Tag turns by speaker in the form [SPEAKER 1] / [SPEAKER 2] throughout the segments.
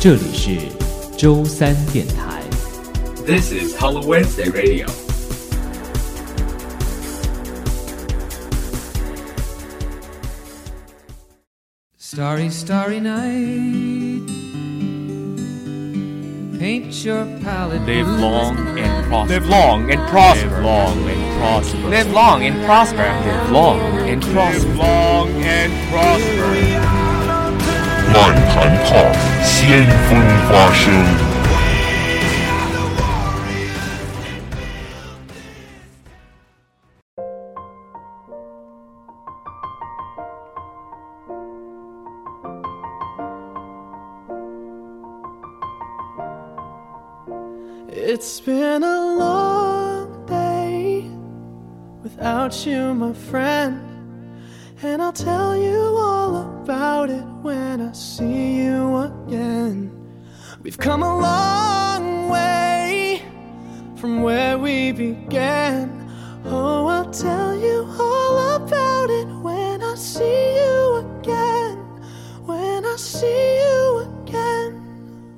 [SPEAKER 1] 这里是周三电台。
[SPEAKER 2] This is Hello Wednesday Radio.
[SPEAKER 3] 漫谈炮，先锋发声。
[SPEAKER 4] It's been a long day without you, my friend. And I'll tell you all about it when I see you again. We've come a long way from where we began. Oh, I'll tell you all about it when I see you again. When I see you again.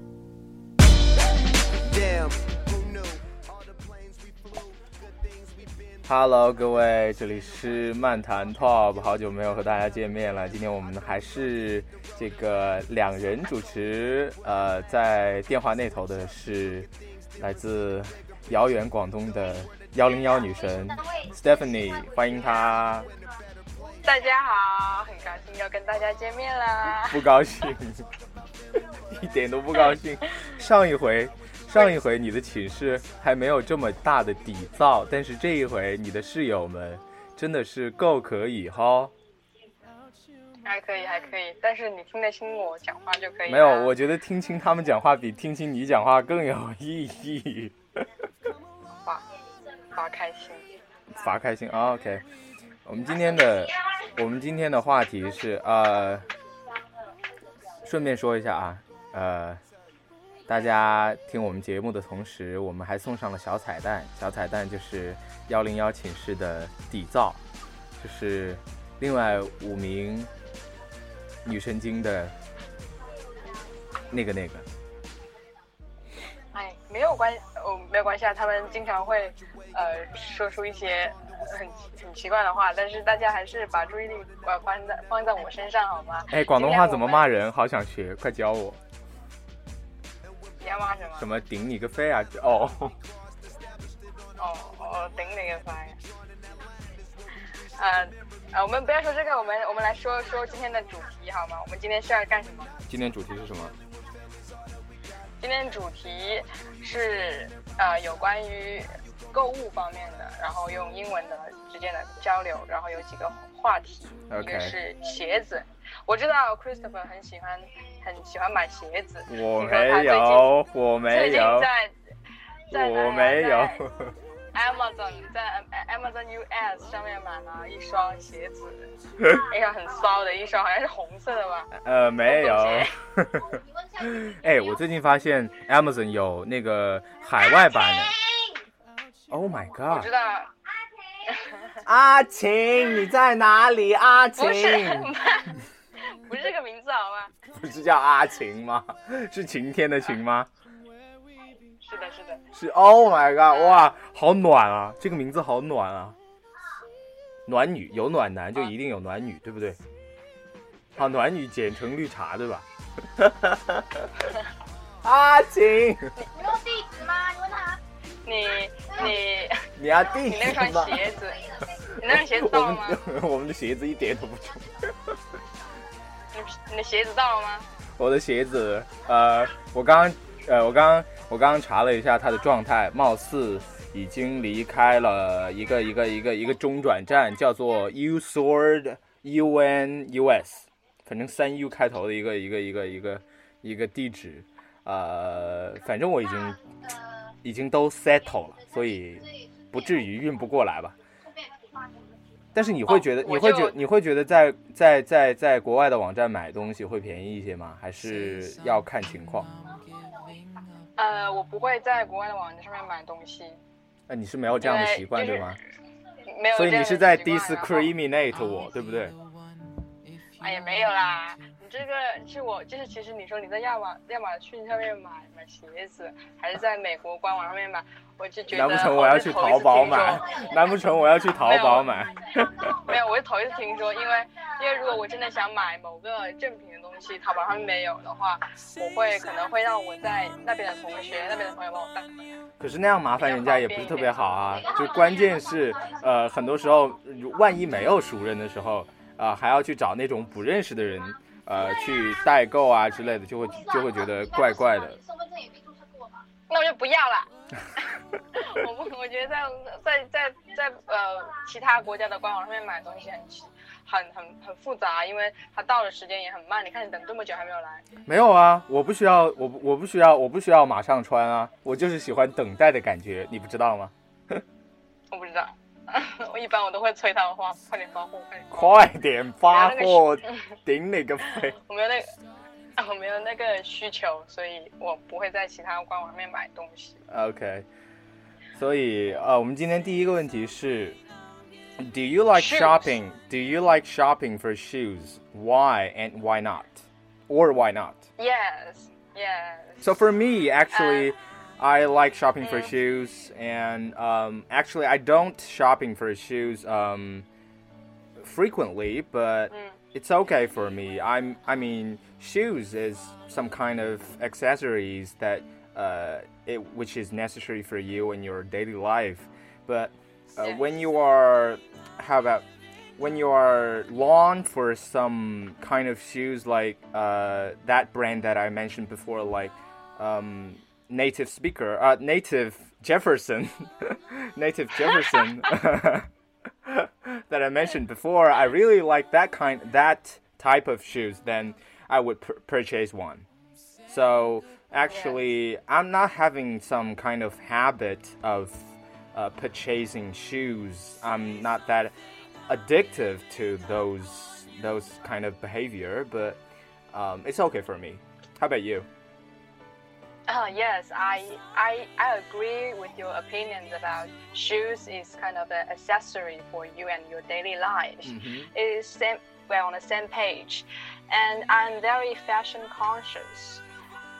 [SPEAKER 5] Hello，各位，这里是漫谈 Top，好久没有和大家见面了。今天我们还是这个两人主持，呃，在电话那头的是来自遥远广东的幺零幺女神 Stephanie，欢迎她。
[SPEAKER 6] 大家好，很高兴又跟大家见面 啦。
[SPEAKER 5] 不高兴，一点都不高兴。上一回，上一回你的寝室还没有这么大的底噪，但是这一回你的室友们真的是够可以哈。
[SPEAKER 6] 还可以，还可以，但是你听得清我讲话就可以。
[SPEAKER 5] 没有，我觉得听清他们讲话比听清你讲话更有意义。
[SPEAKER 6] 发发开心。
[SPEAKER 5] 罚开心啊，OK。我们今天的我们今天的话题是呃，顺便说一下啊，呃，大家听我们节目的同时，我们还送上了小彩蛋。小彩蛋就是幺零幺寝室的底噪，就是另外五名女神经的那个那个。
[SPEAKER 6] 哎，没有关，哦，没有关系啊。他们经常会呃说出一些很很奇怪的话，但是大家还是把注意力呃放在放在我身上好吗？
[SPEAKER 5] 哎，广东话怎么骂人？好想学，快教我。
[SPEAKER 6] 你要骂什么？
[SPEAKER 5] 什么顶你个肺啊！哦，
[SPEAKER 6] 哦哦，顶你个肺！呃呃，我们不要说这个，我们我们来说说今天的主题好吗？我们今天是要干什么？
[SPEAKER 5] 今天主题是什么？
[SPEAKER 6] 今天主题是呃有关于购物方面的，然后用英文的之间的交流，然后有几个话题
[SPEAKER 5] OK
[SPEAKER 6] 一个是鞋子，我知道 Christopher 很喜欢很喜欢买鞋子，
[SPEAKER 5] 我
[SPEAKER 6] 听说他
[SPEAKER 5] 没有，我
[SPEAKER 6] 最近最
[SPEAKER 5] 没
[SPEAKER 6] 近
[SPEAKER 5] 有，
[SPEAKER 6] 在在
[SPEAKER 5] 我没 有。
[SPEAKER 6] 在 Amazon 在 Amazon US 上面买了一双 鞋子，一双很骚的一双，好像是红色的吧？
[SPEAKER 5] 呃，没有
[SPEAKER 6] 我。
[SPEAKER 5] 哎，我最近发现 Amazon 有那个海外版的。Oh my
[SPEAKER 6] 我
[SPEAKER 5] god！
[SPEAKER 6] 知道。
[SPEAKER 5] 阿晴，你在哪里？阿晴
[SPEAKER 6] 不是， 不是这个名字好 吗？
[SPEAKER 5] 不是叫阿晴吗？是晴天的晴吗？
[SPEAKER 6] 是的，是的，
[SPEAKER 5] 是 Oh my god！哇，好暖啊，这个名字好暖啊。暖女有暖男就一定有暖女，对不对？好，暖女简称绿茶，对吧？阿晴，
[SPEAKER 7] 你有地址吗？你问他。
[SPEAKER 6] 你你
[SPEAKER 5] 你要地
[SPEAKER 6] 你那
[SPEAKER 5] 址
[SPEAKER 6] 双
[SPEAKER 5] 吗？
[SPEAKER 6] 鞋子，你那双鞋子
[SPEAKER 5] 我
[SPEAKER 6] 到了吗？
[SPEAKER 5] 们 我们的鞋子一点都不重，
[SPEAKER 6] 你你的鞋子到了吗？
[SPEAKER 5] 我的鞋子，呃，我刚刚，呃，我刚刚，我刚刚查了一下它的状态，貌似已经离开了一个一个一个一个中转站，叫做 U Sword U N U S，反正三 U 开头的一个一个一个一个一个地址，呃，反正我已经已经都 settle 了，所以不至于运不过来吧。但是你会觉得，
[SPEAKER 6] 哦
[SPEAKER 5] 你
[SPEAKER 6] 我
[SPEAKER 5] 会
[SPEAKER 6] 就
[SPEAKER 5] 觉你会觉得在在在在国外的网站买东西会便宜一些吗？还是要看情况？
[SPEAKER 6] 呃，我不会在国外的网站上面买东西，
[SPEAKER 5] 那、哎你是没有这样的
[SPEAKER 6] 因为
[SPEAKER 5] 习惯
[SPEAKER 6] 就
[SPEAKER 5] 对
[SPEAKER 6] 是
[SPEAKER 5] 吗？
[SPEAKER 6] 没有这样的习惯。
[SPEAKER 5] 所以你是在
[SPEAKER 6] 然后哦
[SPEAKER 5] discriminate 我，对不对？
[SPEAKER 6] 哎呀，没有啦，你这个是我就是其实你说你在亚马亚马逊上面买买鞋子，还是在美国官网上面买，我就觉得
[SPEAKER 5] 难不成我要去淘宝买？ 难不成我要去淘宝买？
[SPEAKER 6] 没有，我是头一次听说，因为因为如果我真的想买某个正品的东西，淘宝上面没有的话，我会可能会让我在那边的同学、那边的朋友帮我带。
[SPEAKER 5] 可是那样麻烦人家也不是特别好啊。就关键是，呃，很多时候万一没有熟人的时候，啊、还要去找那种不认识的人，呃，去代购啊之类的，就会就会觉得怪怪的。
[SPEAKER 7] 身份证也没注册过吧？
[SPEAKER 6] 那我就不要了。我不，我觉得在在在在呃其他国家的官网上面买东西很很很很复杂，因为它到的时间也很慢。你看你等这么久还没有来，
[SPEAKER 5] 没有啊，我不需要，我不我不需要，我不需要马上穿啊，我就是喜欢等待的感觉，你不知道吗？
[SPEAKER 6] 我不知道。 我一般我都会催他们话，快点发货，快点发货。
[SPEAKER 5] 快点发货，顶你个肺！
[SPEAKER 6] 我没有那个，我没有那 个需求，所以我不会在其他官网上面买东西。
[SPEAKER 5] OK，所以呃，我们今天第一个问题是：Do you like
[SPEAKER 6] Shoes.
[SPEAKER 5] shopping? Do you like shopping for shoes? Why and why not? Or why not?
[SPEAKER 6] Yes, yes.
[SPEAKER 5] So for me, actually, I like shopping for shoes, and um, actually, I don't shopping for shoes um, frequently, but it's okay for me. I'm, I mean, shoes is some kind of accessories that uh, it, which is necessary for you in your daily life, but uh, when you are, how about when you are long for some kind of shoes like uh, that brand that I mentioned before, like um, Native Speaker, uh, Native Jefferson, Native Jefferson that I mentioned before, I really like that kind, that type of shoes. Then I would pur- purchase one. So actually, I'm not having some kind of habit of uh, purchasing shoes. I'm not that addictive to those those kind of behavior, but um, it's okay for me. How about you?
[SPEAKER 6] Uh, yes, I, I I agree with your opinions about shoes is kind of an accessory for you and your daily life.
[SPEAKER 5] Mm-hmm.
[SPEAKER 6] It is same we're on the same page, and I'm very fashion conscious,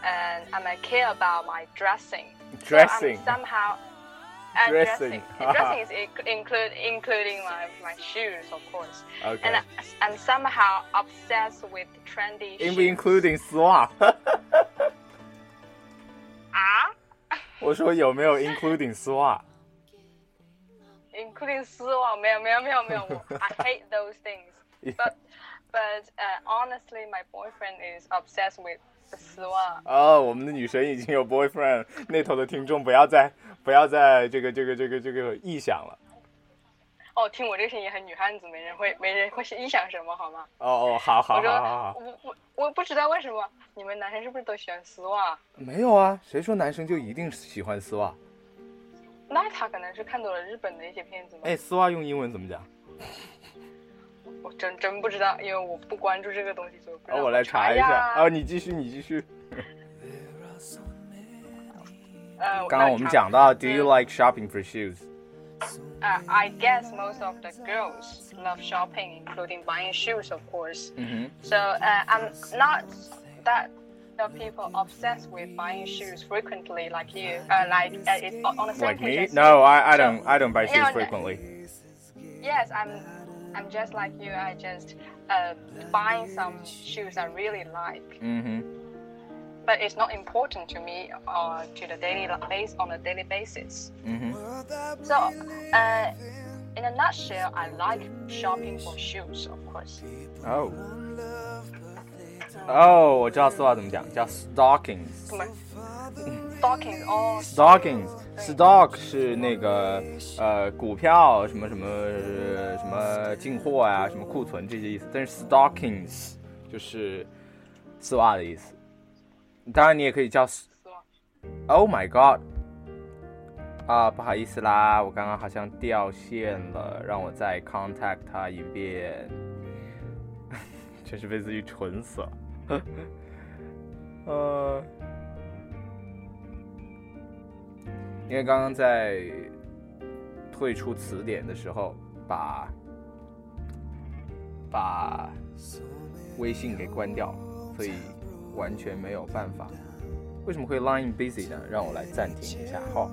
[SPEAKER 6] and I'm I care about my dressing. So I'm
[SPEAKER 5] Dressing.
[SPEAKER 6] somehow. And
[SPEAKER 5] Dressing.
[SPEAKER 6] dressing, dressing is inc- include including my, my shoes, of course.
[SPEAKER 5] Okay.
[SPEAKER 6] And I, I'm somehow obsessed with trendy.
[SPEAKER 5] In-
[SPEAKER 6] shoes.
[SPEAKER 5] including swap.
[SPEAKER 6] 啊。
[SPEAKER 5] 我说有没有 including swap？
[SPEAKER 6] including 丝袜，没有没有没有没有 I hate those things. But but uh, honestly, my boyfriend is obsessed with the 丝袜。
[SPEAKER 5] 哦，我们的女神已经有 boyfriend，那 头的听众不要再不要再这个这个这个这个臆想了。
[SPEAKER 6] 哦，听我这个声音很女汉子，没人会没人会臆想什么好吗？
[SPEAKER 5] 哦哦，好好
[SPEAKER 6] 我说
[SPEAKER 5] 好好好，
[SPEAKER 6] 我我我不知道为什么你们男生是不是都喜欢丝袜？
[SPEAKER 5] 没有啊，谁说男生就一定喜欢丝袜？
[SPEAKER 6] 那他可能是看多了日本的一些片子吧，
[SPEAKER 5] 哎，丝袜用英文怎么讲？
[SPEAKER 6] 我真真不知道，因为我不关注这个东西，所以我不知道。
[SPEAKER 5] 哦，我来查一下。
[SPEAKER 6] 呀
[SPEAKER 5] 哦，你继续，你继续。
[SPEAKER 6] 呃，
[SPEAKER 5] 刚刚我们讲到，Do you like shopping for shoes？
[SPEAKER 6] Uh, I guess most of the girls love shopping, including buying shoes, of course.
[SPEAKER 5] Mm-hmm.
[SPEAKER 6] So uh, I'm not that the people obsessed with buying shoes frequently, like you, uh, like uh, it's on- on the same
[SPEAKER 5] Like
[SPEAKER 6] page
[SPEAKER 5] me?
[SPEAKER 6] as you.
[SPEAKER 5] No, I I don't I don't buy shoes
[SPEAKER 6] Yeah,
[SPEAKER 5] frequently.
[SPEAKER 6] Yes, I'm. I'm just like you. I just uh, buying some shoes I really like,
[SPEAKER 5] Mhm.
[SPEAKER 6] but it's not important to me or to the daily li- base on a daily basis. So, uh, in a nutshell, I like shopping for shoes, of course.
[SPEAKER 5] Oh. 哦，我知道丝袜怎么讲，叫 stockings。
[SPEAKER 6] 什么 stockings 哦
[SPEAKER 5] Stockings stock 是那个呃股票什么什么呃什么进货啊，什么库存这些意思。但是 stockings 就是丝袜的意思。当然你也可以叫丝
[SPEAKER 6] 丝袜
[SPEAKER 5] Oh my god！啊，不好意思啦，我刚刚好像掉线了，让我再 contact 他一遍。 真是被自己蠢死了。 呃，因为刚刚在退出词典的时候，把把微信给关掉，所以完全没有办法。为什么会 Line busy 呢？让我来暂停一下。好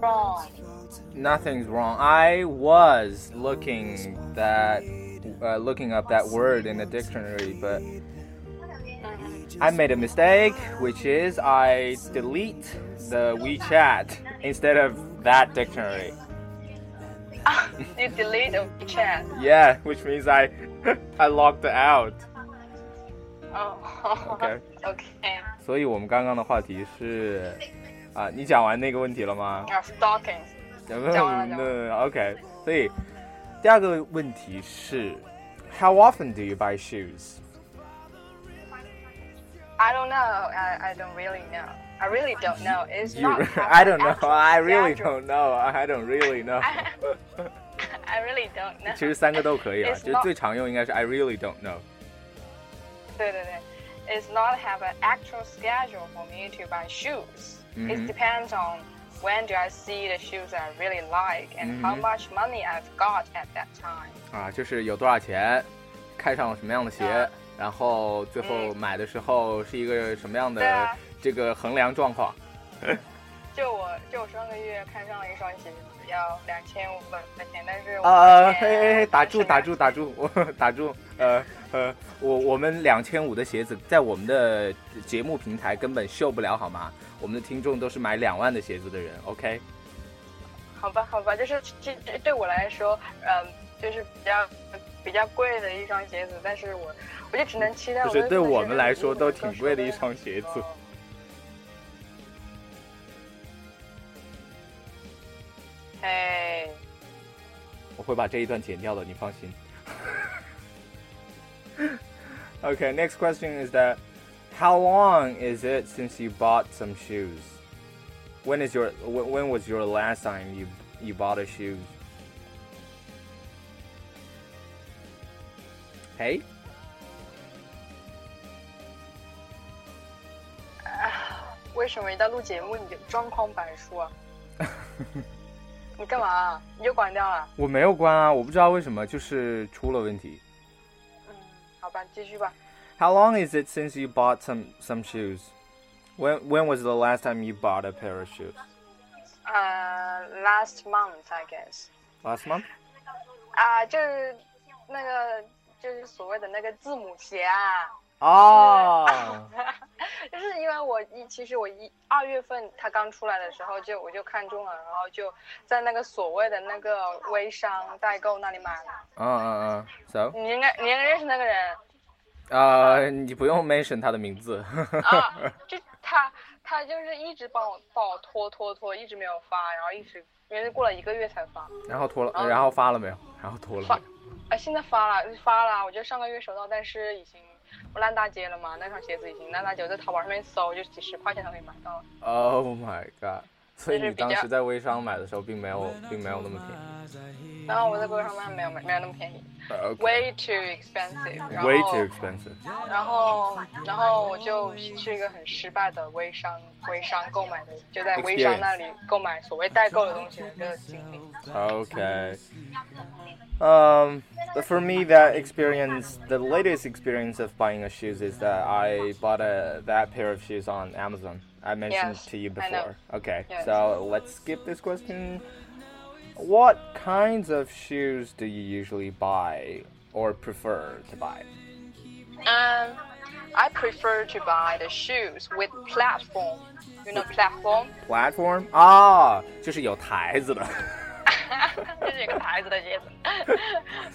[SPEAKER 6] Wrong.
[SPEAKER 5] ，Nothing's wrong. I was looking that、uh, looking up that word in the dictionary, but I made a mistake, which is I delete the WeChat instead of that dictionary.
[SPEAKER 6] you delete a chat.
[SPEAKER 5] Yeah, which means I I logged out.
[SPEAKER 6] Oh.
[SPEAKER 5] Okay.
[SPEAKER 6] okay.
[SPEAKER 5] 所以我们刚刚的话题是，啊，你讲完那个问题了吗？
[SPEAKER 6] Uh, stalking.
[SPEAKER 5] 讲
[SPEAKER 6] 完了讲完
[SPEAKER 5] OK。所以第二个问题是，How often do you buy shoes？
[SPEAKER 6] I don't know. I, I don't really know. I really don't know. It's
[SPEAKER 5] You,
[SPEAKER 6] not.
[SPEAKER 5] I don't know.
[SPEAKER 6] actual
[SPEAKER 5] I really
[SPEAKER 6] schedule.
[SPEAKER 5] don't know. I don't really know.
[SPEAKER 6] I, I really don't know.
[SPEAKER 5] 其实三个都可以啊，
[SPEAKER 6] It's
[SPEAKER 5] 就
[SPEAKER 6] not-
[SPEAKER 5] 最常用应该是 I really don't know。
[SPEAKER 6] It's not have an actual schedule for me to buy shoes.
[SPEAKER 5] Mm-hmm.
[SPEAKER 6] It depends on when do I see the shoes I really like and how
[SPEAKER 5] Mm-hmm.
[SPEAKER 6] much money I've got at that time.
[SPEAKER 5] 啊，就是有多少钱，看上了什么样的鞋
[SPEAKER 6] 嗯，
[SPEAKER 5] 然后最后买的时候是一个什么样
[SPEAKER 6] 对
[SPEAKER 5] 的
[SPEAKER 6] 啊
[SPEAKER 5] 这个衡量状况。
[SPEAKER 6] 就我就我上个月看上了一双鞋子，要两千五百块钱，但是我
[SPEAKER 5] 呃，
[SPEAKER 6] 目前
[SPEAKER 5] 嘿嘿嘿，打住
[SPEAKER 6] 是没
[SPEAKER 5] 打住打住，我打住，呃呃，我我们两千五的鞋子在我们的节目平台根本秀不了好吗？我们的听众都是买两万的鞋子的人，OK？
[SPEAKER 6] 好吧，好吧，就是这这对我来说，嗯，就是比较比较贵的一双鞋子，但是我我就只能期待
[SPEAKER 5] 就
[SPEAKER 6] 我
[SPEAKER 5] 是
[SPEAKER 6] 的
[SPEAKER 5] 对
[SPEAKER 6] 粉丝
[SPEAKER 5] 我们来
[SPEAKER 6] 能
[SPEAKER 5] 说
[SPEAKER 6] 够
[SPEAKER 5] 都挺贵的一
[SPEAKER 6] 收到
[SPEAKER 5] 双鞋子。
[SPEAKER 6] 哦哎，
[SPEAKER 5] 我会把这一段剪掉的，你放心。okay, next question is that how long is it since you bought some shoes? When is your when, when was your last time you you bought a shoe? Hey,
[SPEAKER 6] 为什么一到录节目你就状况百 出啊？你干嘛啊、你就关掉了？
[SPEAKER 5] 我没有关啊，我不知道为什么就是出了问题。
[SPEAKER 6] 嗯，好吧，继续吧。
[SPEAKER 5] How long is it since you bought some some shoes? When when was the last time you bought a pair of shoes?
[SPEAKER 6] 呃、l a s t month I guess。
[SPEAKER 5] Last month?
[SPEAKER 6] 啊，就是那个就是所谓的那个字母鞋啊，
[SPEAKER 5] 哦，
[SPEAKER 6] 就是因为我一其实我一二月份它刚出来的时候就我就看中了，然后就在那个所谓的那个微商代购那里买了。
[SPEAKER 5] 嗯嗯嗯，so，
[SPEAKER 6] 你应该你应该认识那个人
[SPEAKER 5] 呃，你不用 mention 他的名字，
[SPEAKER 6] 啊，就他他就是一直帮我帮我拖拖拖，一直没有发，然后一直因为过了一个月才发，
[SPEAKER 5] 然后脱了，
[SPEAKER 6] 嗯
[SPEAKER 5] 然后发了没有？然后脱了没
[SPEAKER 6] 发
[SPEAKER 5] 有，
[SPEAKER 6] 啊现在发了发了，我就上个月收到，但是已经烂大街了嘛，那双鞋子已经烂大街，我在淘宝上面搜就几十块钱都可以买到了。
[SPEAKER 5] ？Oh my god！所以
[SPEAKER 6] 就是
[SPEAKER 5] 你
[SPEAKER 6] 比较
[SPEAKER 5] 当时在微商买的时候，并没有，并没有那么便
[SPEAKER 6] 然后我在微商卖没有没有那么便宜
[SPEAKER 5] 宜。
[SPEAKER 6] ，way too expensive 然
[SPEAKER 5] 呃
[SPEAKER 6] 后。
[SPEAKER 5] way too expensive。
[SPEAKER 6] 然后，然后我就去一个很失败的微商，微商购买的，就在微商那里购买所谓代购的东西的一个经历。
[SPEAKER 5] Okay. Um, but for me, that experience, the latest experience of buying a shoes is that I bought a that pair of shoes on Amazon. I mentioned
[SPEAKER 6] Yes,
[SPEAKER 5] to you
[SPEAKER 6] I know.
[SPEAKER 5] before. Okay,
[SPEAKER 6] Yes.
[SPEAKER 5] so let's skip this question. What kinds of shoes do you usually buy or prefer to buy?
[SPEAKER 6] Um, I prefer to buy the shoes with platform. You know platform，
[SPEAKER 5] Platform 啊，就是有台子的。
[SPEAKER 6] 这是一个牌子的鞋子。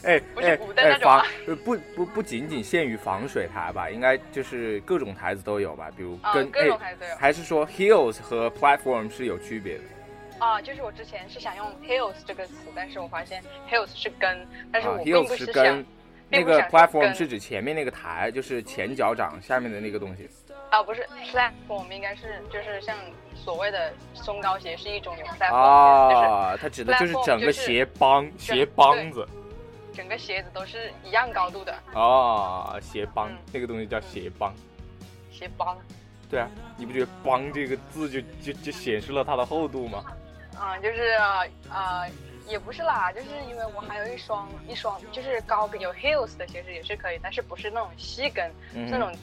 [SPEAKER 5] 哎
[SPEAKER 6] 不是
[SPEAKER 5] 哎
[SPEAKER 6] 古代
[SPEAKER 5] 哎
[SPEAKER 6] 那，种
[SPEAKER 5] 防
[SPEAKER 6] 啊
[SPEAKER 5] 呃不不不仅仅限于防水台吧，应该就是各种台子都有吧，比如
[SPEAKER 6] 啊
[SPEAKER 5] 跟、
[SPEAKER 6] 各种台子都
[SPEAKER 5] 哎
[SPEAKER 6] 有，
[SPEAKER 5] 还是说 heels 和 platform 是有区别的？
[SPEAKER 6] 啊，就是我之前是想用 heels 这个词，但是我发现 heels 是跟，但是
[SPEAKER 5] 啊
[SPEAKER 6] 我并不
[SPEAKER 5] ，heels
[SPEAKER 6] 是
[SPEAKER 5] 是
[SPEAKER 6] 想，
[SPEAKER 5] 跟那
[SPEAKER 6] 并不
[SPEAKER 5] 个
[SPEAKER 6] 想说
[SPEAKER 5] platform
[SPEAKER 6] 跟
[SPEAKER 5] 是指前面那个台，就是前脚掌下面的那个东西。
[SPEAKER 6] 啊，不是 platform，应该是就是像所谓松糕鞋是一种有 platform，、
[SPEAKER 5] 啊，它指的就是
[SPEAKER 6] platform
[SPEAKER 5] 整个
[SPEAKER 6] 就是
[SPEAKER 5] 鞋帮、
[SPEAKER 6] 整
[SPEAKER 5] 鞋帮子
[SPEAKER 6] 就是整个鞋子都是一样高度的
[SPEAKER 5] 啊，鞋帮、
[SPEAKER 6] 嗯
[SPEAKER 5] 那个东西叫鞋帮。
[SPEAKER 6] 鞋帮。
[SPEAKER 5] 对啊，你不觉得“帮”这个字就就就显示了它的厚度吗？
[SPEAKER 6] 啊，就是啊、呃也不是啦，就是因为我还有一双一双就是高跟有 heels 的鞋子也是可以，但是不是那种细跟，
[SPEAKER 5] 嗯
[SPEAKER 6] 是那种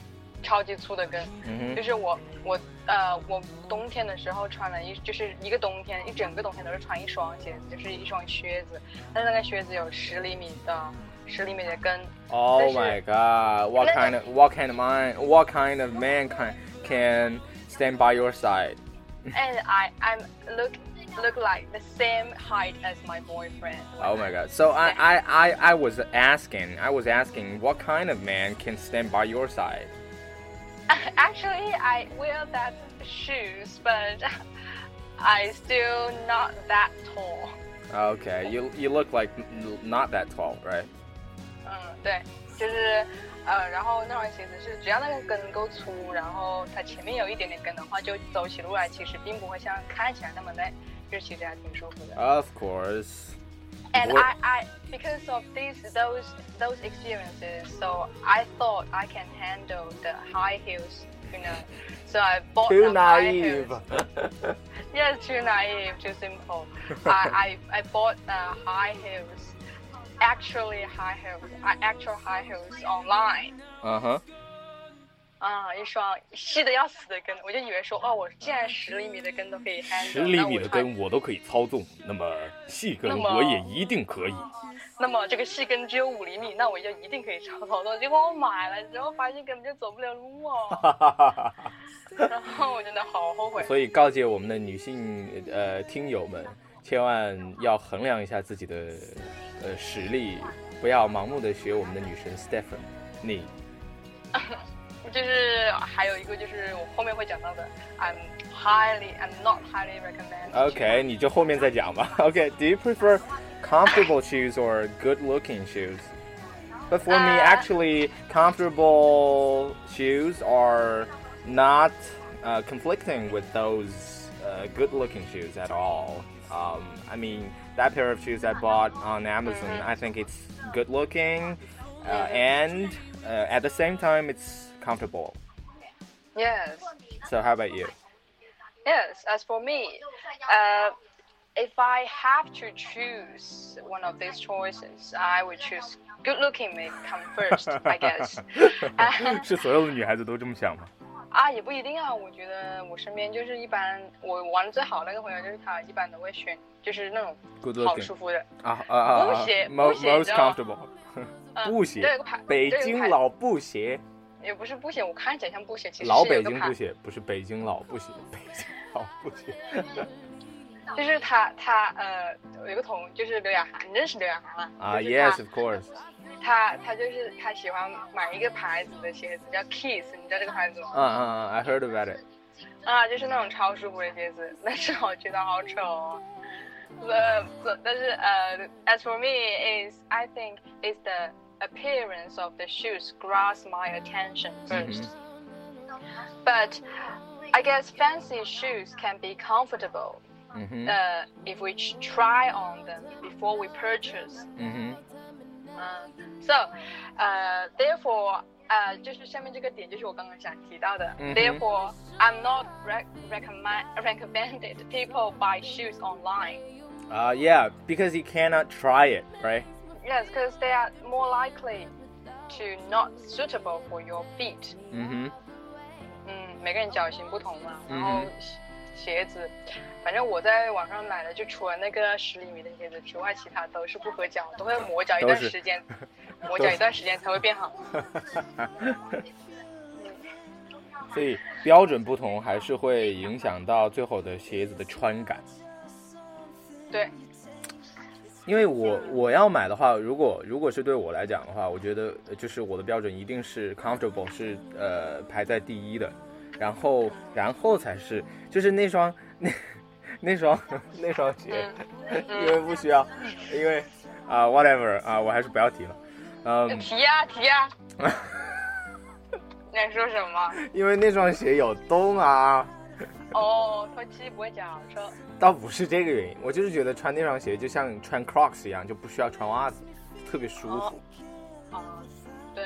[SPEAKER 6] 超级粗的跟。
[SPEAKER 5] 嗯
[SPEAKER 6] 就是我我呃我冬天的时候穿了一就是一个冬天一整个冬天都是穿一双鞋子，就是一双靴子，但是那个靴子有十厘米的十厘米的跟，
[SPEAKER 5] 哼，Oh
[SPEAKER 6] 就是
[SPEAKER 5] my God! What
[SPEAKER 6] 那个
[SPEAKER 5] kind of what kind of man what kind of man can can stand by your side?
[SPEAKER 6] and I I'm look look like the same height as my boyfriend.
[SPEAKER 5] Oh my God! So I I I I was asking I was asking what kind of man can stand by your side?
[SPEAKER 6] Actually, I wear that shoes, but I still not that tall.
[SPEAKER 5] Okay, you you look like not that tall, right?
[SPEAKER 6] 嗯，对，就是呃，然后那双鞋子是只要那个跟够粗，然后它前面有一点点跟的话，就走起路来其实并不会像看起来那么累，就是其实还挺舒服的。
[SPEAKER 5] Of course.
[SPEAKER 6] And
[SPEAKER 5] What-
[SPEAKER 6] I, I because of these those those experiences, so I thought I can handle the high heels, you know. So I bought the high heels. Yeah, too naive, too simple. I, I, I bought uh, high heels, actually high heels, uh, actual high heels online.
[SPEAKER 5] Uh huh.
[SPEAKER 6] 啊、一双细的要死的跟，我就以为说，哦，我既然十厘米的跟都可以 handle，
[SPEAKER 5] 十厘米的跟我都可以操纵，那么细跟
[SPEAKER 6] 那么
[SPEAKER 5] 我也一定可 以。
[SPEAKER 6] 那么这个细跟只有五厘米，那我就一定可以超操纵。结果我买了之后发现根本就走不了路哦， 然后我真的好后悔。
[SPEAKER 5] 所以告诫我们的女性呃听友们，千万要衡量一下自己的呃实力，不要盲目的学我们的女神 Stephen。你
[SPEAKER 6] 就是还有一个就是我后面会讲到的，I'm highly, I'm not highly recommended. to
[SPEAKER 5] OK，你就后面再讲吧。OK，Do、you prefer comfortable shoes or good-looking shoes? But for me,
[SPEAKER 6] 呃
[SPEAKER 5] actually, comfortable shoes are not uh, conflicting with those uh, good-looking shoes at all. Um, I mean, that pair of shoes I bought on Amazon, I think it's good-looking, uh, and uh, at the same time, it's comfortable.
[SPEAKER 6] Yes,
[SPEAKER 5] So how about you?
[SPEAKER 6] yes. As for me, uh, if I have to choose one of these choices, I would choose good-looking may come first, I guess.
[SPEAKER 5] 是所有的女孩子都这么想吗？
[SPEAKER 6] 啊，也不一定啊。我觉得我身边就是一般我玩的最好的那个朋友，就是他一般都会选就是那种
[SPEAKER 5] Good
[SPEAKER 6] 好
[SPEAKER 5] looking.
[SPEAKER 6] 舒服的。
[SPEAKER 5] 啊啊啊！
[SPEAKER 6] 布
[SPEAKER 5] 啊
[SPEAKER 6] 鞋布
[SPEAKER 5] mo-
[SPEAKER 6] 鞋你
[SPEAKER 5] most
[SPEAKER 6] 知道吗
[SPEAKER 5] comfortable，
[SPEAKER 6] 嗯
[SPEAKER 5] 布鞋
[SPEAKER 6] 对，有个牌，
[SPEAKER 5] 北
[SPEAKER 6] 对有个
[SPEAKER 5] 京
[SPEAKER 6] 牌
[SPEAKER 5] 老布鞋，
[SPEAKER 6] 也不是布鞋，我看起来像布鞋，其实
[SPEAKER 5] 老
[SPEAKER 6] 是
[SPEAKER 5] 北
[SPEAKER 6] 有个
[SPEAKER 5] 京
[SPEAKER 6] 牌
[SPEAKER 5] 布，鞋，不是北京老布鞋，北京老布 鞋。
[SPEAKER 7] 嗯
[SPEAKER 6] 就是他他呃有一个同就是刘雅涵，你认识刘雅涵吗？
[SPEAKER 5] 啊
[SPEAKER 6] 就是他
[SPEAKER 5] ，yes of course，
[SPEAKER 6] 他他就是他喜欢买一个牌子的鞋子叫 Kiss，你知道这个牌子吗？
[SPEAKER 5] 嗯嗯嗯，I heard about it。
[SPEAKER 6] 啊，就是那种超舒服的鞋子，但是我觉得好丑哦。呃，不但是呃，as for me is I think is the appearance of the shoes grasp my attention first. But I guess fancy shoes can be comfortable
[SPEAKER 5] 嗯哼，
[SPEAKER 6] uh, if we ch- try on them before we purchase.
[SPEAKER 5] 嗯
[SPEAKER 6] Uh, so, uh, therefore, uh, 就是下面这个点就是我刚刚想提到的。
[SPEAKER 5] 嗯哼
[SPEAKER 6] Therefore, I'm not re- recommend recommended people buy shoes online.
[SPEAKER 5] 哼，啊，yeah，because you cannot try it，right？
[SPEAKER 6] Yes, because they are more likely to not suitable for your feet.
[SPEAKER 5] 嗯哼，
[SPEAKER 6] 嗯，每个人脚型不同嘛，然
[SPEAKER 5] 嗯
[SPEAKER 6] 后
[SPEAKER 5] 哼
[SPEAKER 6] 鞋鞋子，反正我在网上买的，就除了那个十厘米的鞋子之外，其他都是不合脚，都会磨脚一
[SPEAKER 5] 都
[SPEAKER 6] 段
[SPEAKER 5] 是
[SPEAKER 6] 时间，磨
[SPEAKER 5] 都
[SPEAKER 6] 脚
[SPEAKER 5] 是
[SPEAKER 6] 一段时间才会变好。
[SPEAKER 5] 所以标准不同还是会影响到最后的鞋子的穿感。
[SPEAKER 6] 对，
[SPEAKER 5] 因为我我要买的话，如果如果是对我来讲的话，我觉得呃就是我的标准一定是 comfortable 是呃排在第一的，然后然后才是就是那双那那双那双鞋， 因为不需要，因为啊、whatever 啊、我还是不要提了，嗯，
[SPEAKER 6] 提呀、提 呀、你在说什么？
[SPEAKER 5] 因为那双鞋有洞啊，
[SPEAKER 6] 哦，脱漆不会脚，说
[SPEAKER 5] 倒不是这个原因，我就是觉得穿那双鞋就像穿 Crocs 一样，就不需要穿袜子，特别舒服。
[SPEAKER 6] 啊、对，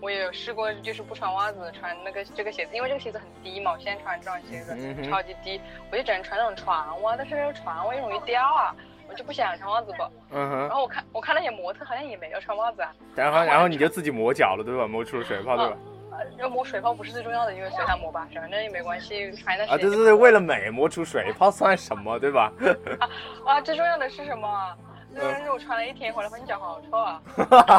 [SPEAKER 6] 我也有试过，就是不穿袜子穿那个这个鞋子，因为这个鞋子很低嘛，我现在穿这双鞋子、
[SPEAKER 5] 嗯哼
[SPEAKER 6] 超级低，我就只能穿那种船袜，但是那个船袜又容易掉啊，我就不想穿袜子吧。
[SPEAKER 5] 嗯
[SPEAKER 6] 然
[SPEAKER 5] 哼，
[SPEAKER 6] 后我看我看那些模特好像也没有穿袜子啊，
[SPEAKER 5] 然后然后你就自己磨脚了，对吧？磨出了水泡，对吧？
[SPEAKER 6] 呃要磨水泡不是最重要的，因为随它磨吧，反正也没关系，穿 的
[SPEAKER 5] 啊，这是为了美磨出水泡算什么，对吧？
[SPEAKER 6] 啊，最重要的是什么啊？最重要的是我穿了一天回来，发现脚好臭啊！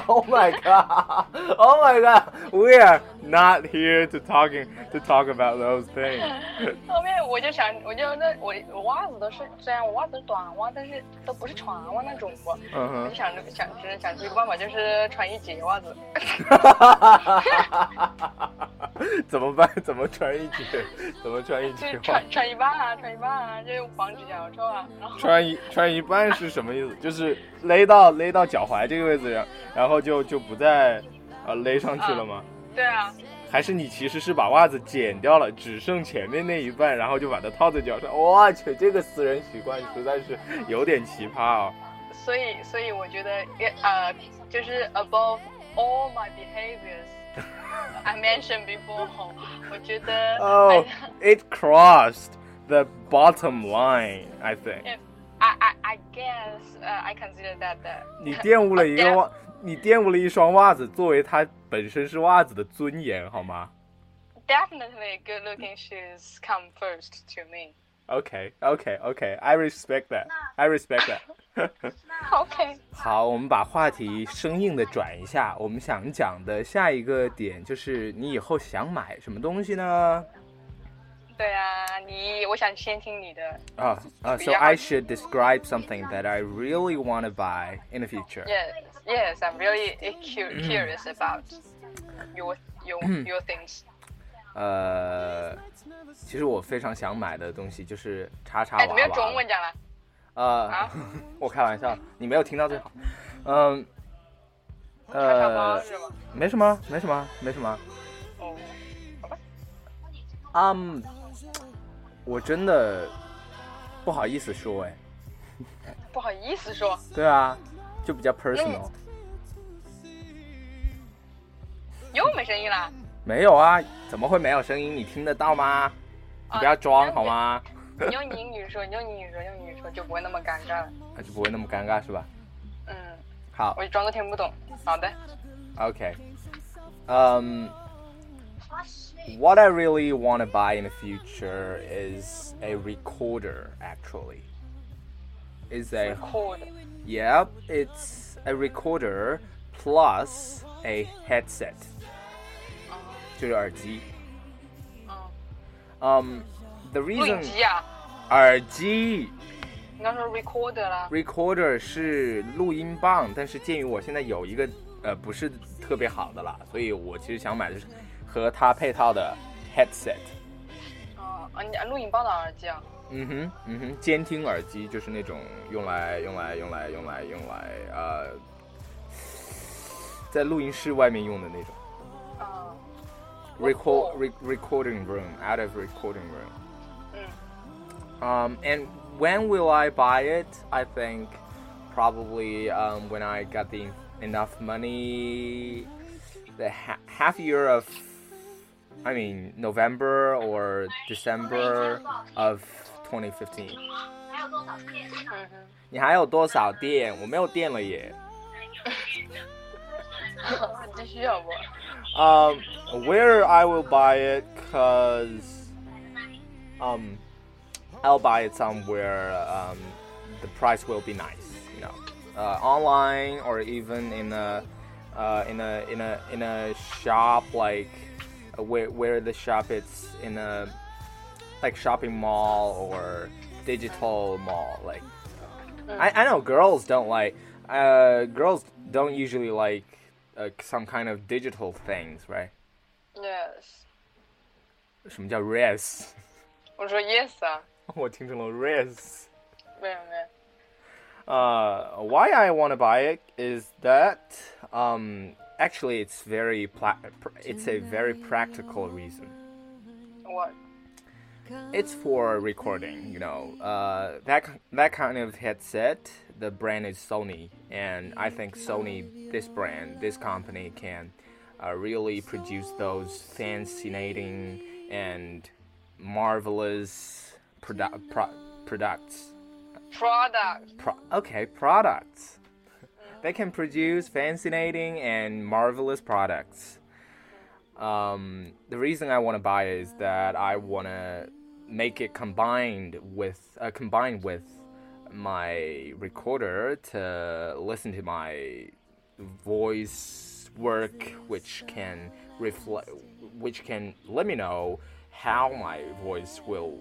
[SPEAKER 5] oh my god! Oh my god! We are not here to talking to talk about those things.
[SPEAKER 6] 后面我就想，我就那我我袜子都是，虽然我袜子是短袜，但是都不是长袜那种我
[SPEAKER 5] 嗯
[SPEAKER 6] 我
[SPEAKER 5] 哼
[SPEAKER 6] 就，想着想着想出一个办法，就是穿一截袜子。
[SPEAKER 5] 怎么办？怎么穿一截？怎么穿一
[SPEAKER 6] 就
[SPEAKER 5] 截
[SPEAKER 6] 是
[SPEAKER 5] 袜
[SPEAKER 6] 穿？穿一半啊，穿一半啊，就是防止脚臭啊。然后
[SPEAKER 5] 穿一穿一半是什么意思？就是勒到勒到脚踝这个位置，然然后就就不再呃勒上去了吗？
[SPEAKER 6] 对啊，
[SPEAKER 5] 还是你其实是把袜子剪掉了，只剩前面那一半，然后就把它套在脚上？我去，这个私人习惯实在是有点奇葩哦。
[SPEAKER 6] 所以所以我觉得呃，就是 above all my behaviors I mentioned before，我觉得
[SPEAKER 5] Oh,
[SPEAKER 6] I-
[SPEAKER 5] it crossed the bottom line, I think.
[SPEAKER 6] I I I guess uh, I consider that the
[SPEAKER 5] 你玷污了一个袜，你玷污了一双袜子作为它本身是袜子的尊严，好吗
[SPEAKER 6] definitely good looking shoes come first to me。
[SPEAKER 5] ？OK, OK, OK, I respect that, I respect that.
[SPEAKER 6] OK，
[SPEAKER 5] 好，我们把话题生硬的转一下，我们想讲的下一个点就是你以后想买什么东西呢？
[SPEAKER 6] 对啊，你我想先听你的。
[SPEAKER 5] 啊 啊，So
[SPEAKER 6] 然后
[SPEAKER 5] I should describe something that I really want to buy in the future.
[SPEAKER 6] Yes, yes, I'm really
[SPEAKER 5] 嗯
[SPEAKER 6] cu- curious about your your your things.
[SPEAKER 5] 呃，其实我非常想买的东西就是叉叉娃
[SPEAKER 6] 哎，怎
[SPEAKER 5] 娃。
[SPEAKER 6] 么用中文讲了？
[SPEAKER 5] 呃，
[SPEAKER 6] 啊
[SPEAKER 5] 我开玩笑，你没有听到最好。嗯，
[SPEAKER 6] 叉叉包
[SPEAKER 5] 呃，
[SPEAKER 6] 是吗？
[SPEAKER 5] 没什么，没什么，没什么。
[SPEAKER 6] 哦，
[SPEAKER 5] 嗯，我真的不好意思说，哎，
[SPEAKER 6] 不好意思说，
[SPEAKER 5] 对啊，就比较 personal。
[SPEAKER 6] 又没声音啦。
[SPEAKER 5] 没有啊，怎么会没有声音？你听得到吗？你不要装好吗？
[SPEAKER 6] 啊你用英语说，你用英语说，用英语说就不会那么尴尬了。
[SPEAKER 5] 那就不会那么尴尬是吧？
[SPEAKER 6] 嗯，
[SPEAKER 5] 好
[SPEAKER 6] 我就装作听不懂。好的，
[SPEAKER 5] ，OK。嗯。What I really want to buy in the future is a recorder, actually. It's a,
[SPEAKER 6] record
[SPEAKER 5] yep, it's a recorder plus a headset.
[SPEAKER 6] Oh.
[SPEAKER 5] 就是耳机。Um, the
[SPEAKER 6] 录影
[SPEAKER 5] reason
[SPEAKER 6] 机啊，
[SPEAKER 5] 耳机
[SPEAKER 6] 你刚说 record 啦。
[SPEAKER 5] recorder 是录音棒，但是鉴于我现在有一个呃不是特别好的啦，所以我其实想买的是和它配套的 headset。
[SPEAKER 6] 哦，啊，你录影棒的耳机啊。
[SPEAKER 5] 嗯哼，嗯哼，监听耳机就是那种用来用来用来用来用来呃，在录音室外面用的那种
[SPEAKER 6] 嗯
[SPEAKER 5] record re, recording room out of recording room。
[SPEAKER 6] 嗯
[SPEAKER 5] Um, and when will I buy it? I think probably um, when I got the enough money, the ha- half year of, I mean November or December of 2015.
[SPEAKER 7] 还有多少电？
[SPEAKER 6] 嗯哼。
[SPEAKER 5] 你还有多少电？我没有电了耶。
[SPEAKER 6] 继续啊要不？
[SPEAKER 5] Um, where I will buy it, cause um, I'll buy it somewhere. Um, the price will be nice, you know, uh, online or even in a uh, in a in a in a shop like uh, where where the shop is in a like shopping mall or digital mall. Like I, I know girls don't like uh, girls don't usually like uh, some kind of digital things, right?
[SPEAKER 6] Yes，
[SPEAKER 5] 什么叫 res？
[SPEAKER 6] 我说 yes 啊，
[SPEAKER 5] 我听成了 res。
[SPEAKER 6] 没有没有，
[SPEAKER 5] Uh, why I want to buy it is that um, actually it's very pla- it's a very practical reason.
[SPEAKER 6] 我
[SPEAKER 5] It's for recording, you know. Uh, that k- that kind of headset, the brand is Sony, and I think Sony, this brand, this company can uh, really produce those fascinating and marvelous produ- pro- products.
[SPEAKER 6] product.
[SPEAKER 5] Pro- okay, products. They can produce fascinating and marvelous products. Um, the reason I want to buy is that I want to make it combined with uh, combined with my recorder to listen to my voice work, which can reflect, which can let me know how my voice will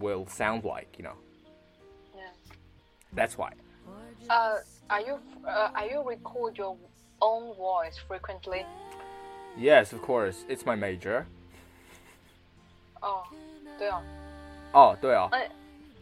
[SPEAKER 5] will sound like. You know,
[SPEAKER 6] Yeah.
[SPEAKER 5] that's why.
[SPEAKER 6] Uh, are you uh, are you record your own voice frequently?
[SPEAKER 5] Yes, of course. It's my major.
[SPEAKER 6] 哦，对哦，
[SPEAKER 5] 哦，对哦，
[SPEAKER 6] 那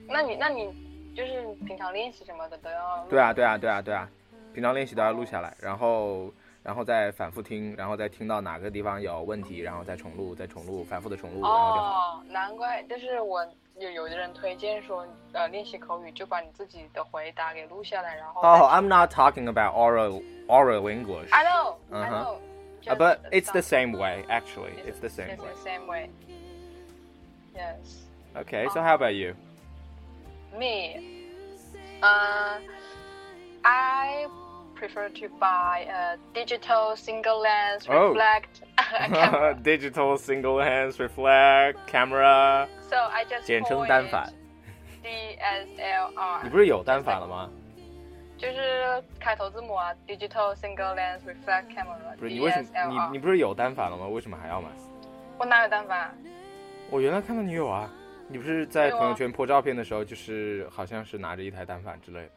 [SPEAKER 6] 那你那你就是平常练习什么的都要
[SPEAKER 5] 对啊，对啊，对啊，对啊，平常练习都要录下来，然后，然后再反复听，然后再听到哪个地方有问题，然后再重录，再重录，反复的重录，然后就好。
[SPEAKER 6] 哦，难怪，就是我有有的人推荐说，呃，练习口语就把你自己的回答给录下来，然后再。
[SPEAKER 5] Oh, I'm not talking about oral oral English,
[SPEAKER 6] I know, I
[SPEAKER 5] Uh-huh.
[SPEAKER 6] know.
[SPEAKER 5] Uh,
[SPEAKER 6] just
[SPEAKER 5] but it's the same
[SPEAKER 6] some-
[SPEAKER 5] way. Actually, it's the same
[SPEAKER 6] it's
[SPEAKER 5] way.
[SPEAKER 6] the same way. Yes.
[SPEAKER 5] Okay, so how about you?
[SPEAKER 6] Me. Uh, I prefer to buy a digital single lens
[SPEAKER 5] Oh.
[SPEAKER 6] reflect camera.
[SPEAKER 5] Digital single hands reflect camera，
[SPEAKER 6] So I just
[SPEAKER 5] 简
[SPEAKER 6] call
[SPEAKER 5] 称
[SPEAKER 6] it
[SPEAKER 5] 单反。 你不
[SPEAKER 6] DSLR，
[SPEAKER 5] 是有单反了吗？
[SPEAKER 6] 就是开头字母啊，digital single lens reflect camera
[SPEAKER 5] 不是你为什么
[SPEAKER 6] DSLR。
[SPEAKER 5] 你你不是有单反了吗？为什么还要买？
[SPEAKER 6] 我哪有单反啊？
[SPEAKER 5] 我原来看到你有啊，你不是在
[SPEAKER 6] 没有啊
[SPEAKER 5] 朋友圈 po 照片的时候，就是好像是拿着一台单反之类的。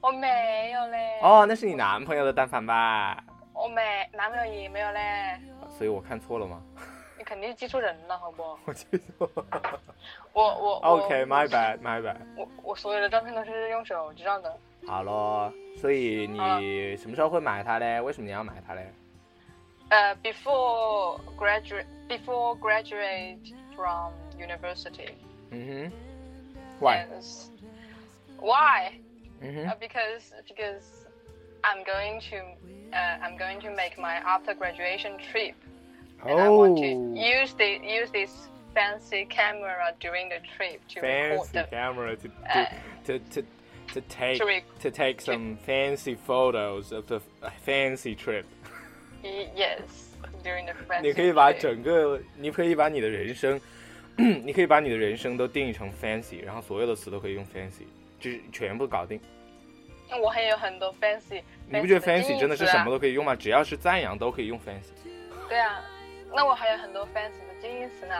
[SPEAKER 6] 我没有嘞。
[SPEAKER 5] 哦，那是你男朋友的单反吧？
[SPEAKER 6] 我没男朋友也没有嘞，
[SPEAKER 5] 所以我看错了吗？
[SPEAKER 6] 你肯定记错人了，好不好？
[SPEAKER 5] 我记错了。
[SPEAKER 6] 哦我我
[SPEAKER 5] OK，my、
[SPEAKER 6] 我
[SPEAKER 5] bad，my bad。
[SPEAKER 6] 我我所有的照片都是用手机照的，
[SPEAKER 5] 好咯，所以你什么时候会买它嘞？为什么你要买它嘞？
[SPEAKER 6] 呃、b e f o r e graduate before graduate from university，
[SPEAKER 5] 嗯哼，Why？Mm-hmm.
[SPEAKER 6] Yes. Why?
[SPEAKER 5] 嗯
[SPEAKER 6] Uh,
[SPEAKER 5] 哼
[SPEAKER 6] because because I'm going to uh, I'm going to make my after graduation trip and I want to
[SPEAKER 5] Oh.
[SPEAKER 6] use the use this fancy camera during the trip to record
[SPEAKER 5] Oh， fancy
[SPEAKER 6] the
[SPEAKER 5] camera to
[SPEAKER 6] Uh,
[SPEAKER 5] to to to, to take
[SPEAKER 6] to re-
[SPEAKER 5] to take some fancy photos of the fancy trip。
[SPEAKER 6] y- yes during the fancy
[SPEAKER 5] 你可以把
[SPEAKER 6] trip.
[SPEAKER 5] 整个，你可以把你的人生， 你可以把你的人生都定义成 fancy，然后所有的词都可以用 fancy，就是全部搞定。
[SPEAKER 6] 我还有很多 fancy，
[SPEAKER 5] 你不觉得
[SPEAKER 6] fancy
[SPEAKER 5] fancy 真的是
[SPEAKER 6] 近义词啊
[SPEAKER 5] 什么都可以用吗？只要是赞扬都可以用 fancy。
[SPEAKER 6] 对啊，那我还有很多 fancy 的近义词呢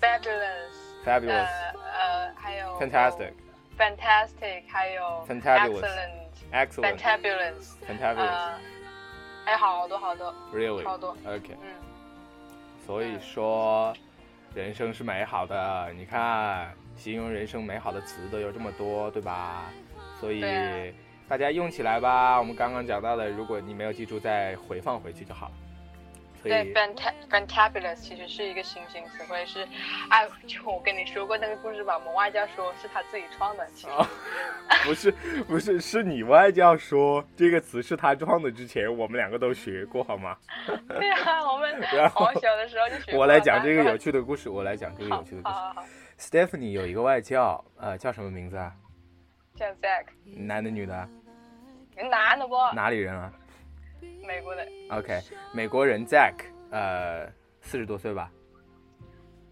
[SPEAKER 6] ，fabulous，
[SPEAKER 5] Fabulous
[SPEAKER 6] 呃呃，还有
[SPEAKER 5] Fantastic
[SPEAKER 6] 哦 fantastic，还有
[SPEAKER 5] Fantabulous
[SPEAKER 6] excellent，fantabulous，
[SPEAKER 5] Excellent. Fantabulous.
[SPEAKER 6] 呃，还有好多好多，
[SPEAKER 5] Really. 呃
[SPEAKER 6] 好多
[SPEAKER 5] OK.
[SPEAKER 6] 嗯，
[SPEAKER 5] 所以说，人生是美好的。你看，形容人生美好的词都有这么多，对吧？所以
[SPEAKER 6] 对啊
[SPEAKER 5] 大家用起来吧。我们刚刚讲到的，如果你没有记住，再回放回去就好了。所
[SPEAKER 6] 对
[SPEAKER 5] 以
[SPEAKER 6] ，fanta fantabulous 其实是一个新型词汇，是，哎，就我跟你说过那个故事吧，我们外教说是他自己创的，其实。
[SPEAKER 5] 啊， 不是不是，是你外教说这个词是他撞的。之前我们两个都学过，好吗？
[SPEAKER 6] 对啊，我们
[SPEAKER 5] 然后
[SPEAKER 6] 好小的时候就学过了。
[SPEAKER 5] 我来讲这个
[SPEAKER 6] 然
[SPEAKER 5] 有
[SPEAKER 6] 后
[SPEAKER 5] 趣的故事，我来讲这个有趣的故 事。
[SPEAKER 6] 好好好，
[SPEAKER 5] Stephanie 有一个外教，呃，叫什么名字啊？
[SPEAKER 6] 叫 Zack，
[SPEAKER 5] 男的女的啊？
[SPEAKER 6] 你男的不？
[SPEAKER 5] 哪里人啊？
[SPEAKER 6] 美国的。
[SPEAKER 5] OK，美国人 Zack，呃，四十多岁吧？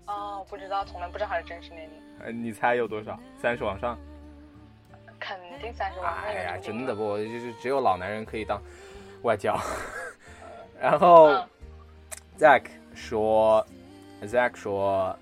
[SPEAKER 6] 哦，不知道，从来不知道他的真实年龄，
[SPEAKER 5] 呃，你猜有多少？三十往上？
[SPEAKER 6] 肯定三十万。
[SPEAKER 5] 哎呀，
[SPEAKER 6] 那个注
[SPEAKER 5] 真
[SPEAKER 6] 定
[SPEAKER 5] 的
[SPEAKER 6] 了
[SPEAKER 5] 不，就是只有老男人可以当外教。 然后、
[SPEAKER 6] 嗯
[SPEAKER 5] Zack 说，Zack 说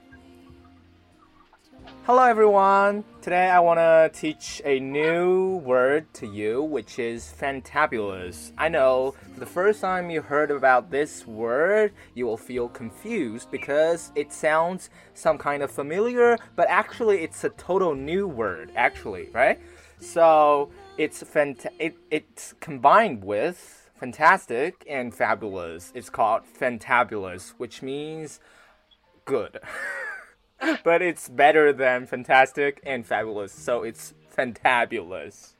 [SPEAKER 5] ，Hello everyone. Today I wanna teach a new word to you, which is fantabulous. I know for the first time you heard about this word, you will feel confused because it sounds some kind of familiar, but actually it's a total new word. Actually, right? So it's fant- it, it's combined with fantastic and fabulous. It's called fantabulous, which means good. but it's better than fantastic and fabulous, so it's fantabulous.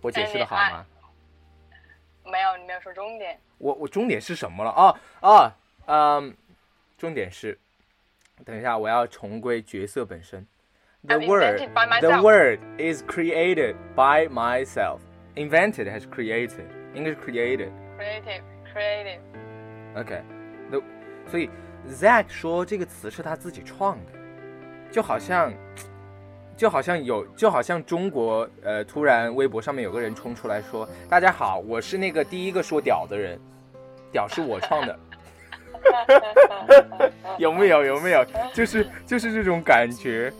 [SPEAKER 5] 我解释的好吗？
[SPEAKER 6] 没有，你没有说重点。
[SPEAKER 5] 我我重点是什么了？哦哦，嗯，重点是，等一下我要重归角色本身。 The
[SPEAKER 6] I'm
[SPEAKER 5] word,
[SPEAKER 6] invented by
[SPEAKER 5] the
[SPEAKER 6] myself.
[SPEAKER 5] word is created by myself. Invented has created. English created.
[SPEAKER 6] creative creative
[SPEAKER 5] OK，那所以 Zack 说这个词是他自己创的，就好像，就好像有，就好像中国呃，突然微博上面有个人冲出来说：“大家好，我是那个第一个说屌的人，屌是我创的。” 有没有？有没有？就是就是这种感觉，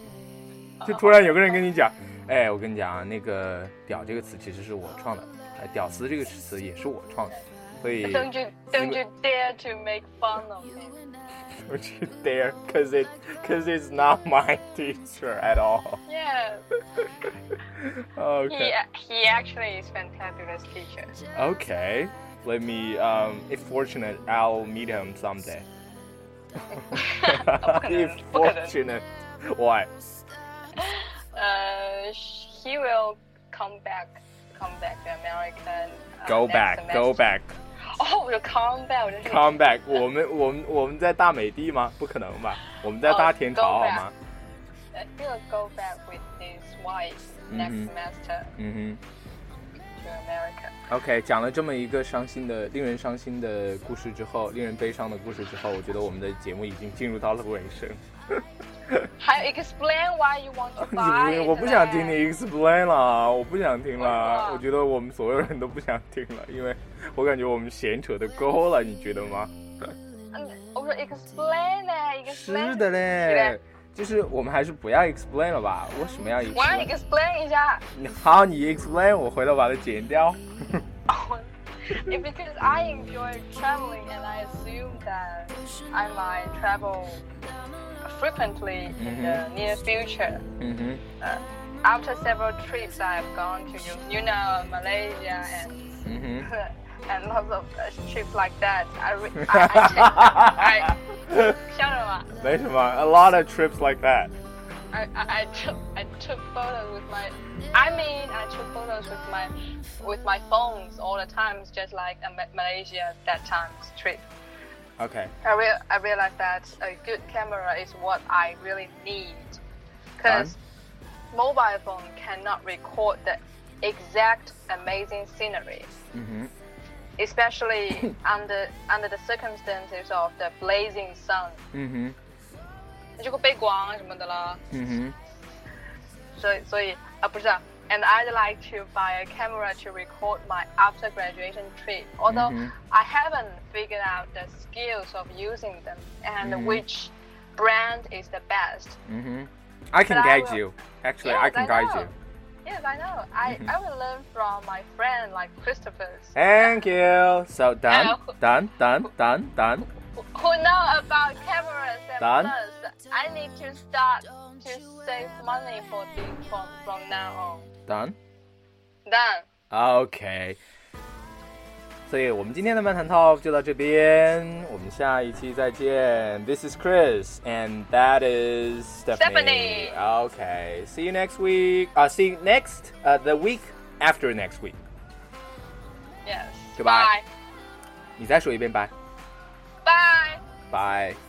[SPEAKER 5] 就突然有个人跟你讲：“哎，我跟你讲啊，那个‘屌’这个词其实是我创的，哎，‘屌丝’这个词也是我创的。”所以
[SPEAKER 6] don't you don't you dare to make fun of me
[SPEAKER 5] Don't you dare, cause it, cause it's not my teacher at all.
[SPEAKER 6] yes he
[SPEAKER 5] Okay.
[SPEAKER 6] he actually is fantabulous teacher
[SPEAKER 5] Okay. Let me. Um, if fortunate, I'll meet him someday.
[SPEAKER 6] 不可能，
[SPEAKER 5] if
[SPEAKER 6] 不可能。
[SPEAKER 5] fortunate, why?
[SPEAKER 6] uh he will come back come back to america uh,
[SPEAKER 5] Go
[SPEAKER 6] next
[SPEAKER 5] back, go
[SPEAKER 6] semester.
[SPEAKER 5] back,
[SPEAKER 6] oh 我就 come back 我就是
[SPEAKER 5] come back. 我们我们我们在大美地吗？不可能吧？我们在大田
[SPEAKER 6] 哦
[SPEAKER 5] 潮
[SPEAKER 6] ，go
[SPEAKER 5] 好
[SPEAKER 6] back
[SPEAKER 5] 吗？
[SPEAKER 6] Uh, he'll go back with his wife next
[SPEAKER 5] Mhm.
[SPEAKER 6] semester
[SPEAKER 5] 嗯
[SPEAKER 6] to America.
[SPEAKER 5] 哼。OK，讲了这么一个伤心的、令人伤心的故事之后，令人悲伤的故事之后，我觉得我们的节目已经进入到了尾声。
[SPEAKER 6] 还有 explain why you want to
[SPEAKER 5] 你
[SPEAKER 6] buy
[SPEAKER 5] 不
[SPEAKER 6] it
[SPEAKER 5] 我不想听
[SPEAKER 6] then.
[SPEAKER 5] 你 explain 了，我不想听
[SPEAKER 6] 为什
[SPEAKER 5] 了，
[SPEAKER 6] 么
[SPEAKER 5] 我觉得我们所有人都不想听了，因为我感觉我们闲扯的够了，你觉得吗？
[SPEAKER 6] 嗯，我说 explain 呢，explain
[SPEAKER 5] 是的嘞
[SPEAKER 6] 嘞，
[SPEAKER 5] 就是我们还是不要 explain 了吧？为什么要
[SPEAKER 6] 我让你
[SPEAKER 5] explain？
[SPEAKER 6] explain 一下。
[SPEAKER 5] 你好，你 explain，我回头把它剪掉。
[SPEAKER 6] Yeah, because I enjoy traveling and I assume that I might travel frequently in the near future.
[SPEAKER 5] 嗯哼，
[SPEAKER 6] After several trips I have gone to you, you know, Malaysia and
[SPEAKER 5] 嗯哼。
[SPEAKER 6] and lots of uh, trips like that. I re- I, I, I, I 笑什么？
[SPEAKER 5] 没什么，a lot of trips like that。
[SPEAKER 6] I, I, I took I took photos with my I mean I took photos with my with my phones all the times just like a Ma- Malaysia that time's trip.
[SPEAKER 5] OK，
[SPEAKER 6] I real I realized that a good camera is what I really need because mobile phone cannot record the exact amazing scenery. Especially under under the circumstances of the blazing sun，、
[SPEAKER 5] 嗯
[SPEAKER 6] 这个背光什么的啦。
[SPEAKER 5] 哼，嗯
[SPEAKER 6] 所以所以啊不是啊，and Ah, I'd like to buy a camera to record my after graduation trip. Although
[SPEAKER 5] Mm-hmm.
[SPEAKER 6] I haven't figured out the skills of using them and
[SPEAKER 5] Mm-hmm.
[SPEAKER 6] which brand is the best.
[SPEAKER 5] 哼，嗯哼。I can
[SPEAKER 6] But I
[SPEAKER 5] guide
[SPEAKER 6] will-
[SPEAKER 5] you. Actually,
[SPEAKER 6] Yes,
[SPEAKER 5] I can
[SPEAKER 6] I
[SPEAKER 5] guide
[SPEAKER 6] know.
[SPEAKER 5] you. Mm-hmm.
[SPEAKER 6] Yes, I know. I I will learn from my friend like Christopher's.
[SPEAKER 5] Thank you. So done,
[SPEAKER 6] Oh.
[SPEAKER 5] done, done, done, done.
[SPEAKER 6] who- Who know about cameras and
[SPEAKER 5] Done.
[SPEAKER 6] plus I need to start to save money for things from from now on.
[SPEAKER 5] Done.
[SPEAKER 6] Done.
[SPEAKER 5] Ah, OK，所以我们今天的漫谈 Talk 就到这边，我们下一期再见。This is Chris and that is Stephanie.
[SPEAKER 6] Stephanie.
[SPEAKER 5] OK, see you next week. 啊、see you next uh, the week after next week.
[SPEAKER 6] Yes.
[SPEAKER 5] Goodbye.
[SPEAKER 6] Bye.
[SPEAKER 5] 你再说一遍，拜
[SPEAKER 6] Bye.
[SPEAKER 5] 拜。